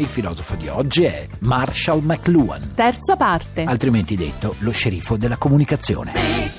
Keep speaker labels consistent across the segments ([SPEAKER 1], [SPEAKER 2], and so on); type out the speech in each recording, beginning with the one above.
[SPEAKER 1] Il filosofo di oggi è Marshall McLuhan,
[SPEAKER 2] Terza parte.
[SPEAKER 1] altrimenti detto lo sceriffo della comunicazione.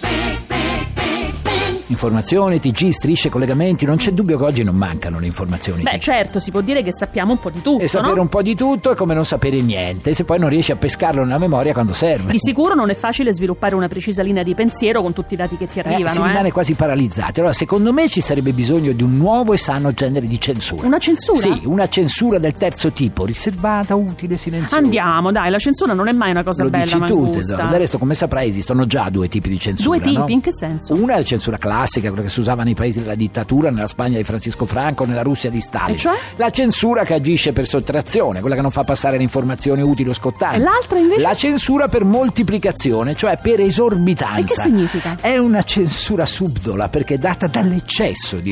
[SPEAKER 1] Informazioni, TG, strisce, collegamenti, non c'è dubbio che oggi non mancano le informazioni.
[SPEAKER 2] Beh,
[SPEAKER 1] TG.
[SPEAKER 2] certo, si può dire che sappiamo un po' di tutto,
[SPEAKER 1] E sapere
[SPEAKER 2] no?
[SPEAKER 1] un po' di tutto è come non sapere niente, se poi non riesci a pescarlo nella memoria quando serve.
[SPEAKER 2] Di sicuro non è facile sviluppare una precisa linea di pensiero con tutti i dati che ti
[SPEAKER 1] Eh, si
[SPEAKER 2] arrivano, eh.
[SPEAKER 1] rimane quasi paralizzati. Allora, secondo me ci sarebbe bisogno di un nuovo e sano genere di censura.
[SPEAKER 2] Una censura?
[SPEAKER 1] Sì, una censura del terzo tipo, riservata, utile, silenziosa.
[SPEAKER 2] Andiamo, dai, la censura non è mai una cosa
[SPEAKER 1] Lo
[SPEAKER 2] bella,
[SPEAKER 1] dici tu,
[SPEAKER 2] Mangusta.
[SPEAKER 1] tesoro. Del resto, come saprai, esistono già due tipi di censura.
[SPEAKER 2] Due tipi,
[SPEAKER 1] no?
[SPEAKER 2] in che senso?
[SPEAKER 1] Una è la censura classica, quella che si usava nei paesi della dittatura, nella Spagna di Francisco Franco, nella Russia di Stalin.
[SPEAKER 2] E cioè?
[SPEAKER 1] La censura che agisce per sottrazione, quella che non fa passare le informazioni utili o
[SPEAKER 2] E
[SPEAKER 1] scottanti.
[SPEAKER 2] l'altra invece?
[SPEAKER 1] La censura per moltiplicazione, cioè per esorbitanza.
[SPEAKER 2] E che significa?
[SPEAKER 1] È una censura subdola perché è data dall'eccesso di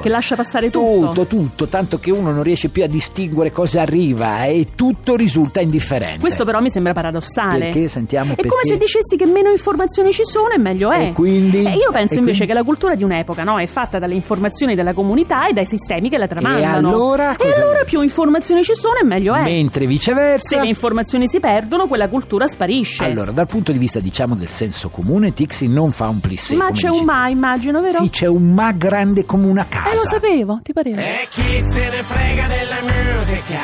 [SPEAKER 2] Cioè, che lascia passare tutto.
[SPEAKER 1] tutto, tutto, tanto che uno non riesce più a distinguere cosa arriva e tutto risulta indifferente.
[SPEAKER 2] Questo però mi sembra paradossale.
[SPEAKER 1] Perché? Sentiamo
[SPEAKER 2] È
[SPEAKER 1] perché.
[SPEAKER 2] come se dicessi che meno informazioni ci sono e meglio è.
[SPEAKER 1] E quindi?
[SPEAKER 2] Eh, io penso
[SPEAKER 1] E
[SPEAKER 2] invece
[SPEAKER 1] quindi?
[SPEAKER 2] che la cultura di un'epoca no, è fatta dalle informazioni della comunità e dai sistemi che la tramandano.
[SPEAKER 1] allora
[SPEAKER 2] E
[SPEAKER 1] cosa-
[SPEAKER 2] allora più informazioni ci sono e meglio è.
[SPEAKER 1] Mentre
[SPEAKER 2] Se
[SPEAKER 1] viceversa...
[SPEAKER 2] le informazioni si perdono, quella cultura sparisce.
[SPEAKER 1] Allora, dal punto di vista, diciamo, del senso comune, Tixi non fa un plissé.
[SPEAKER 2] Ma
[SPEAKER 1] come
[SPEAKER 2] c'è
[SPEAKER 1] dici
[SPEAKER 2] un
[SPEAKER 1] tu.
[SPEAKER 2] ma, immagino, vero?
[SPEAKER 1] Sì, c'è un ma grande come una casa. Eh,
[SPEAKER 2] eh, lo sapevo, ti pareva.
[SPEAKER 3] E chi se ne frega della musica,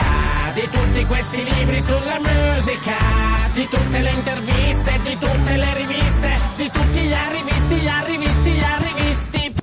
[SPEAKER 3] di tutti questi libri sulla musica, di tutte le interviste, di tutte le riviste, di tutti gli arrivisti, gli arrivisti, gli arrivisti.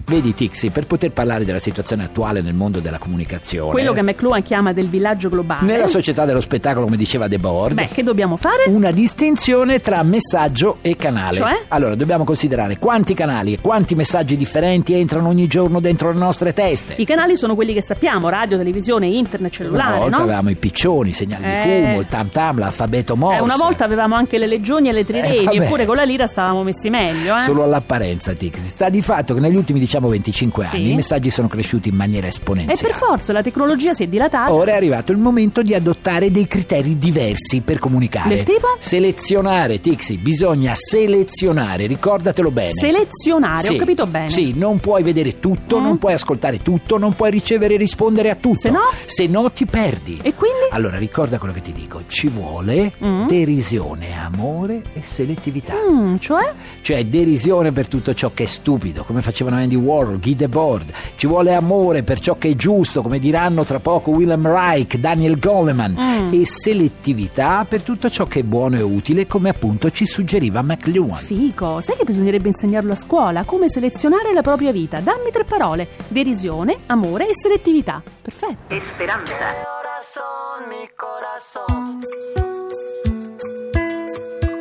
[SPEAKER 1] Vedi, Tixi, per poter parlare della situazione attuale nel mondo della comunicazione,
[SPEAKER 2] Quello che McLuhan chiama del villaggio globale.
[SPEAKER 1] eh. nella società dello spettacolo, come diceva De Board,
[SPEAKER 2] Beh, che dobbiamo fare?
[SPEAKER 1] una distinzione tra messaggio e canale.
[SPEAKER 2] Cioè?
[SPEAKER 1] Allora, dobbiamo considerare quanti canali e quanti messaggi differenti entrano ogni giorno dentro le nostre teste.
[SPEAKER 2] I canali sono quelli che sappiamo, radio, televisione, internet,
[SPEAKER 1] Una
[SPEAKER 2] cellulare,
[SPEAKER 1] volta
[SPEAKER 2] no?
[SPEAKER 1] avevamo i piccioni, i segnali
[SPEAKER 2] Eh.
[SPEAKER 1] di fumo, il tam tam, l'alfabeto morse.
[SPEAKER 2] Eh, una volta avevamo anche le legioni e le
[SPEAKER 1] Eh,
[SPEAKER 2] trirevi,
[SPEAKER 1] vabbè.
[SPEAKER 2] eppure con la lira stavamo messi meglio. Eh?
[SPEAKER 1] Solo all'apparenza, Tixi. Sta di fatto che negli ultimi, diciamo, 25
[SPEAKER 2] Sì.
[SPEAKER 1] anni i messaggi sono cresciuti in maniera
[SPEAKER 2] e
[SPEAKER 1] esponenziale.
[SPEAKER 2] per forza la tecnologia si è dilatata.
[SPEAKER 1] Ora è arrivato il momento di adottare dei criteri diversi per comunicare.
[SPEAKER 2] Del tipo?
[SPEAKER 1] Selezionare, Tixi, bisogna selezionare, ricordatelo bene.
[SPEAKER 2] Selezionare,
[SPEAKER 1] Sì.
[SPEAKER 2] ho capito bene.
[SPEAKER 1] Sì, non puoi vedere tutto,
[SPEAKER 2] Mm.
[SPEAKER 1] non puoi ascoltare tutto, non puoi ricevere e rispondere a tutto.
[SPEAKER 2] Se no?
[SPEAKER 1] Se no ti perdi.
[SPEAKER 2] E quindi?
[SPEAKER 1] Allora ricorda quello che ti dico, ci vuole
[SPEAKER 2] Mm.
[SPEAKER 1] derisione, amore e selettività.
[SPEAKER 2] Mm, cioè?
[SPEAKER 1] Cioè derisione per tutto ciò che è stupido, come facevano Andy Warhol, Guy Debord. Ci vuole amore per ciò che è giusto, come diranno tra poco Willem Reich, Daniel Goleman.
[SPEAKER 2] Mm.
[SPEAKER 1] E selettività per tutto ciò che è buono e utile, come appunto ci suggeriva McLuhan.
[SPEAKER 2] Fico, sai che bisognerebbe insegnarlo a scuola come selezionare la propria vita? Dammi tre parole: derisione, amore e selettività. Perfetto.
[SPEAKER 3] Corazón, mi corazón.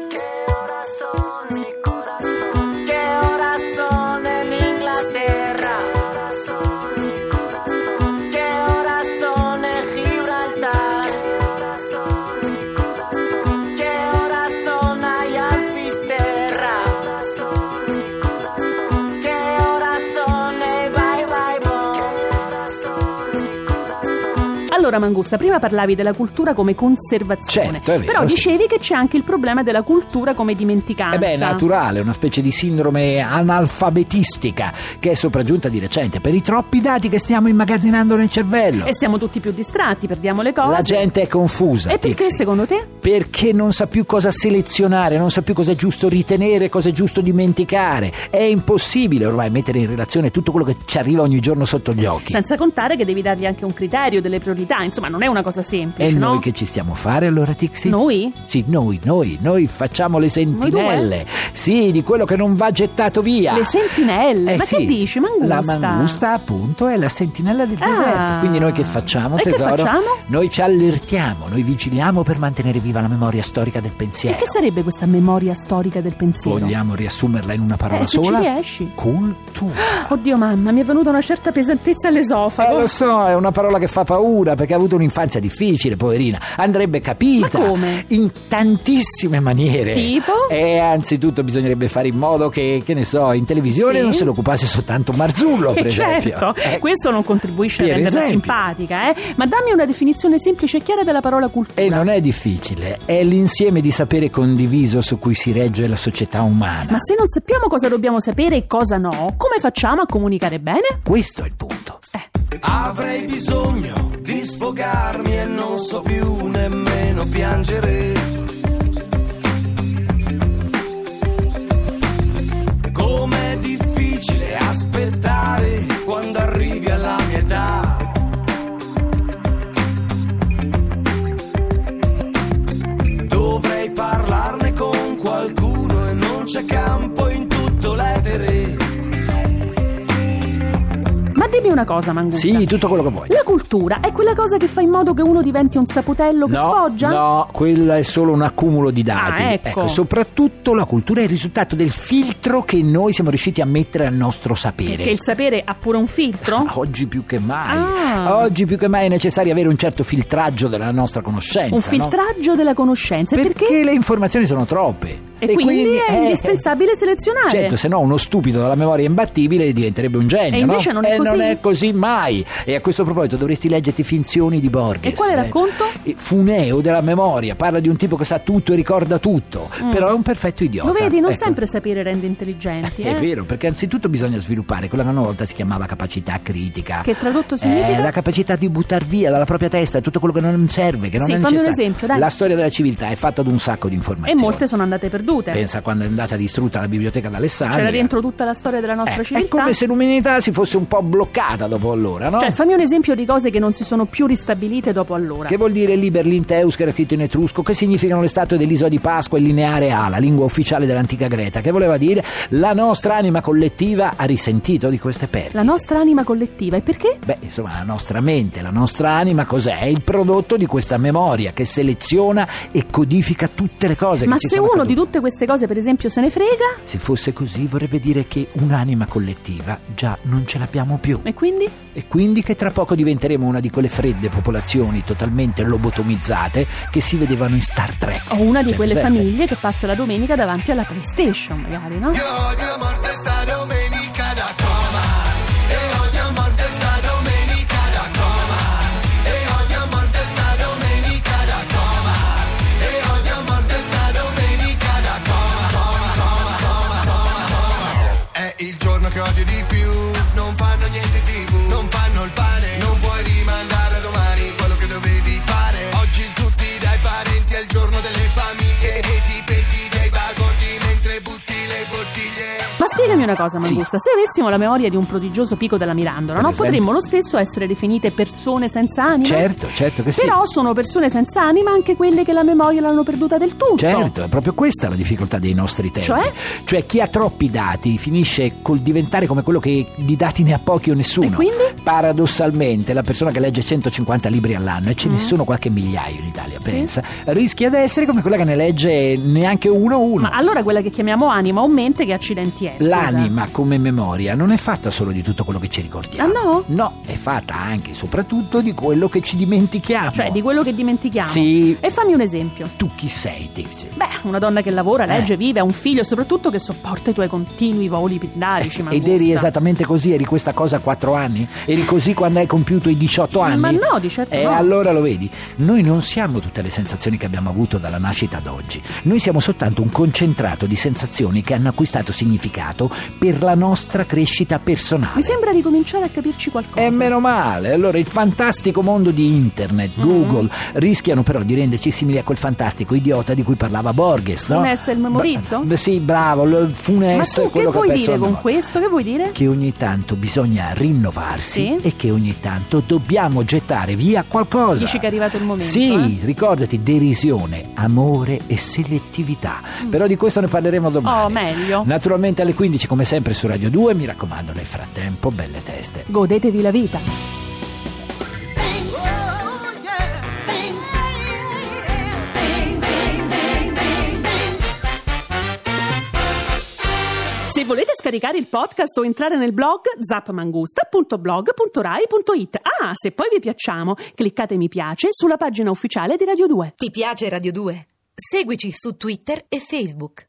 [SPEAKER 3] Qué corazón, mi corazón. Qué corazón en Inglaterra. Corazón, mi corazón. Qué corazón en Gibraltar. Qué corazón, mi corazón. Qué corazón hay en Fisterra. Corazón, mi corazón. Qué corazón en Bye Bye
[SPEAKER 2] Allora, Mangusta, prima parlavi della cultura come conservazione.
[SPEAKER 1] Certo, è vero,
[SPEAKER 2] Però
[SPEAKER 1] sì.
[SPEAKER 2] dicevi che c'è anche il problema della cultura come dimenticanza.
[SPEAKER 1] Eh beh, è naturale, una specie di sindrome analfabetistica che è sopraggiunta di recente per i troppi dati che stiamo immagazzinando nel cervello.
[SPEAKER 2] E siamo tutti più distratti, perdiamo le cose.
[SPEAKER 1] La gente è confusa.
[SPEAKER 2] E perché
[SPEAKER 1] Tixi.
[SPEAKER 2] secondo te?
[SPEAKER 1] Perché non sa più cosa selezionare, non sa più cosa è giusto ritenere, cosa è giusto dimenticare. È impossibile ormai mettere in relazione tutto quello che ci arriva ogni giorno sotto gli occhi.
[SPEAKER 2] Senza contare che devi dargli anche un criterio, delle priorità, pubblicità, insomma, non è una cosa
[SPEAKER 1] E
[SPEAKER 2] semplice, no?
[SPEAKER 1] noi che ci stiamo a fare allora, Tixi?
[SPEAKER 2] Noi?
[SPEAKER 1] Sì, noi, noi, noi facciamo le sentinelle. Sì, di quello che non va gettato via.
[SPEAKER 2] Le sentinelle?
[SPEAKER 1] Eh
[SPEAKER 2] Ma
[SPEAKER 1] sì,
[SPEAKER 2] che dici? Mangusta?
[SPEAKER 1] La mangusta, appunto, è la sentinella del
[SPEAKER 2] Ah.
[SPEAKER 1] deserto. Esatto, Quindi noi che facciamo,
[SPEAKER 2] E che
[SPEAKER 1] tesoro?
[SPEAKER 2] facciamo?
[SPEAKER 1] Noi ci allertiamo, noi vigiliamo per mantenere viva la memoria storica del pensiero.
[SPEAKER 2] E che sarebbe questa memoria storica del pensiero?
[SPEAKER 1] Vogliamo riassumerla in una parola
[SPEAKER 2] Eh, se ci
[SPEAKER 1] sola?
[SPEAKER 2] riesci.
[SPEAKER 1] Cultura.
[SPEAKER 2] Oddio mamma, mi è venuta una certa pesantezza
[SPEAKER 1] Eh,
[SPEAKER 2] all'esofago.
[SPEAKER 1] lo so, è una parola che fa paura perché ha avuto un'infanzia difficile, poverina. Andrebbe capita
[SPEAKER 2] Ma come?
[SPEAKER 1] in tantissime maniere.
[SPEAKER 2] Tipo? Eh,
[SPEAKER 1] E anzitutto bisognerebbe fare in modo che, che ne so, in televisione
[SPEAKER 2] Sì.
[SPEAKER 1] non se ne occupasse soltanto Marzullo, per
[SPEAKER 2] Eh,
[SPEAKER 1] esempio.
[SPEAKER 2] certo,
[SPEAKER 1] Eh,
[SPEAKER 2] questo non contribuisce a
[SPEAKER 1] per
[SPEAKER 2] renderla
[SPEAKER 1] esempio.
[SPEAKER 2] simpatica, eh? Ma dammi una definizione semplice e chiara della parola cultura.
[SPEAKER 1] E non è difficile, è l'insieme di sapere condiviso su cui si regge la società umana.
[SPEAKER 2] Ma se non sappiamo cosa dobbiamo sapere e cosa no, come facciamo a comunicare bene?
[SPEAKER 1] Questo è il punto.
[SPEAKER 2] Eh,
[SPEAKER 4] Avrei bisogno di sfogarmi e non so più nemmeno piangere. Com'è difficile aspettare quando arrivi alla mia età. Dovrei parlarne con qualcuno e non c'è campo in tutto l'etere.
[SPEAKER 2] Ma dimmi una cosa, Mangusta.
[SPEAKER 1] Sì, tutto quello che vuoi.
[SPEAKER 2] La cultura è quella cosa che fa in modo che uno diventi un saputello che
[SPEAKER 1] No,
[SPEAKER 2] sfoggia?
[SPEAKER 1] no, quella è solo un accumulo di dati.
[SPEAKER 2] Ah, ecco.
[SPEAKER 1] soprattutto la cultura è il risultato del filtro che noi siamo riusciti a mettere al nostro sapere.
[SPEAKER 2] Che il sapere ha pure un filtro?
[SPEAKER 1] Oggi più che mai,
[SPEAKER 2] Ah.
[SPEAKER 1] oggi più che mai è necessario avere un certo filtraggio della nostra conoscenza.
[SPEAKER 2] un
[SPEAKER 1] no?
[SPEAKER 2] filtraggio della conoscenza. E
[SPEAKER 1] Perché? le informazioni sono troppe.
[SPEAKER 2] E, quindi, è
[SPEAKER 1] eh,
[SPEAKER 2] indispensabile selezionare.
[SPEAKER 1] Certo, se no uno stupido dalla memoria imbattibile diventerebbe un genio.
[SPEAKER 2] E invece
[SPEAKER 1] no?
[SPEAKER 2] non è
[SPEAKER 1] Eh,
[SPEAKER 2] così.
[SPEAKER 1] così mai. E a questo proposito dovresti leggerti Finzioni di Borges.
[SPEAKER 2] E quale
[SPEAKER 1] eh.
[SPEAKER 2] racconto?
[SPEAKER 1] Eh, Funeo della memoria, parla di un tipo che sa tutto e ricorda tutto, però è un perfetto idiota.
[SPEAKER 2] Mm. Lo vedi, non
[SPEAKER 1] Ecco.
[SPEAKER 2] sempre sapere rende intelligenti.
[SPEAKER 1] È
[SPEAKER 2] eh.
[SPEAKER 1] vero, perché anzitutto bisogna sviluppare quella che una volta si chiamava capacità critica.
[SPEAKER 2] Che tradotto
[SPEAKER 1] Eh,
[SPEAKER 2] significa?
[SPEAKER 1] la capacità di buttare via dalla propria testa tutto quello che non serve, che non
[SPEAKER 2] Sì,
[SPEAKER 1] è
[SPEAKER 2] fammi un
[SPEAKER 1] necessario.
[SPEAKER 2] esempio, dai.
[SPEAKER 1] La storia della civiltà è fatta di un sacco di
[SPEAKER 2] e
[SPEAKER 1] informazioni.
[SPEAKER 2] molte sono andate perdute.
[SPEAKER 1] Pensa quando è andata distrutta la biblioteca d'Alessandria.
[SPEAKER 2] C'era dentro tutta la storia della nostra
[SPEAKER 1] Eh, È
[SPEAKER 2] civiltà.
[SPEAKER 1] come se l'umanità si fosse un po' bloccata dopo allora, no?
[SPEAKER 2] Cioè, fammi un esempio di cose che non si sono più ristabilite dopo allora.
[SPEAKER 1] Che vuol dire Liber Linteus, che era scritto in etrusco? Che significano le statue dell'isola di Pasqua e lineare A, la lingua ufficiale dell'antica Greta? Che voleva dire la nostra anima collettiva ha risentito di queste perdite.
[SPEAKER 2] La nostra anima collettiva. E perché?
[SPEAKER 1] Beh, insomma, la nostra mente, la nostra anima cos'è? È il prodotto di questa memoria che seleziona e codifica tutte le cose
[SPEAKER 2] Ma
[SPEAKER 1] che ci
[SPEAKER 2] se
[SPEAKER 1] sono
[SPEAKER 2] uno
[SPEAKER 1] accadute.
[SPEAKER 2] di tutte queste cose, per esempio, se ne frega,
[SPEAKER 1] Se fosse così vorrebbe dire che un'anima collettiva già non ce l'abbiamo più.
[SPEAKER 2] e quindi?
[SPEAKER 1] E quindi che tra poco diventeremo una di quelle fredde popolazioni totalmente lobotomizzate che si vedevano in Star Trek.
[SPEAKER 2] O una di
[SPEAKER 1] Cioè,
[SPEAKER 2] quelle
[SPEAKER 1] Giuseppe,
[SPEAKER 2] famiglie che passa la domenica davanti alla PlayStation, magari, no?
[SPEAKER 4] Io odio a morte sta domenica da coma. E odio a morte sta domenica da coma. E odio a morte sta domenica da coma. E odio a morte sta domenica da coma. Coma, coma, coma, coma, coma. È il giorno che odio di più. Non fanno niente tv, non fanno il pane. Non puoi rimandare a domani quello che dovevi fare. Oggi tutti dai parenti è il giorno delle famiglie. E ti penti dei bagordi mentre butti le bottiglie.
[SPEAKER 2] Ma spiegami una cosa,
[SPEAKER 1] Sì.
[SPEAKER 2] Mangusta. Se avessimo la memoria di un prodigioso Pico della Mirandola,
[SPEAKER 1] Per
[SPEAKER 2] no?
[SPEAKER 1] esempio.
[SPEAKER 2] potremmo lo stesso essere definite persone senza anima?
[SPEAKER 1] Certo, certo che sì.
[SPEAKER 2] Però sono persone senza anima anche quelle che la memoria l'hanno perduta del tutto.
[SPEAKER 1] Certo, è proprio questa la difficoltà dei nostri tempi.
[SPEAKER 2] Cioè?
[SPEAKER 1] Cioè, chi ha troppi dati finisce col diventare come quello che di dati ne ha pochi o nessuno.
[SPEAKER 2] E quindi?
[SPEAKER 1] Paradossalmente, la persona che legge 150 libri all'anno, e ce ne sono qualche migliaio in Italia,
[SPEAKER 2] Mm. Sì.
[SPEAKER 1] pensa, rischia di essere come quella che ne legge neanche uno o uno.
[SPEAKER 2] Ma allora quella che chiamiamo anima o mente che accidenti è? scusa?
[SPEAKER 1] L'anima come memoria non è fatta solo di tutto quello che ci ricordiamo.
[SPEAKER 2] Ah, no?
[SPEAKER 1] No, è fatta anche e soprattutto di quello che ci dimentichiamo.
[SPEAKER 2] Cioè, di quello che dimentichiamo.
[SPEAKER 1] Sì.
[SPEAKER 2] E fammi un esempio.
[SPEAKER 1] Tu chi sei, Tixi?
[SPEAKER 2] Beh, una donna che lavora, legge,
[SPEAKER 1] Eh.
[SPEAKER 2] vive, ha un figlio e soprattutto che sopporta i tuoi continui voli pindarici,
[SPEAKER 1] Eh, Ed
[SPEAKER 2] Ah, Mangusta.
[SPEAKER 1] eri esattamente così, eri questa cosa a 4 anni? Eri così quando hai compiuto i 18 anni?
[SPEAKER 2] Ma no, di certo
[SPEAKER 1] E
[SPEAKER 2] no.
[SPEAKER 1] allora lo vedi, noi non siamo tutte le sensazioni che abbiamo avuto dalla nascita ad oggi, noi siamo soltanto un concentrato di sensazioni che hanno acquistato significato per la nostra crescita personale.
[SPEAKER 2] Mi sembra ricominciare a capirci qualcosa.
[SPEAKER 1] E meno male, allora il fantastico mondo di internet,
[SPEAKER 2] Mm.
[SPEAKER 1] Google, rischiano però di renderci simili a quel fantastico idiota di cui parlava Borges, no?
[SPEAKER 2] Funes il memorizzo?
[SPEAKER 1] Beh, sì, bravo, il
[SPEAKER 2] Ma
[SPEAKER 1] Funes
[SPEAKER 2] tu
[SPEAKER 1] è
[SPEAKER 2] che
[SPEAKER 1] Eh, quello che ha
[SPEAKER 2] vuoi
[SPEAKER 1] perso
[SPEAKER 2] dire
[SPEAKER 1] la
[SPEAKER 2] con
[SPEAKER 1] memoria.
[SPEAKER 2] questo? Che vuoi dire?
[SPEAKER 1] Che ogni tanto bisogna rinnovarsi
[SPEAKER 2] Sì.
[SPEAKER 1] e che ogni tanto dobbiamo gettare via qualcosa.
[SPEAKER 2] Dici che è arrivato il momento, eh?
[SPEAKER 1] Sì, ricordati, derisione, amore e selettività. Però di questo ne parleremo domani.
[SPEAKER 2] Mm. Oh, meglio.
[SPEAKER 1] Naturalmente alle 15 come sempre su Radio 2, mi raccomando nel frattempo belle teste.
[SPEAKER 2] Godetevi la vita. Se volete scaricare il podcast o entrare nel blog zapmangusta.blog.rai.it. Ah, se poi vi piacciamo, cliccate mi piace sulla pagina ufficiale di Radio 2.
[SPEAKER 5] Ti piace Radio 2? Seguici su Twitter e Facebook.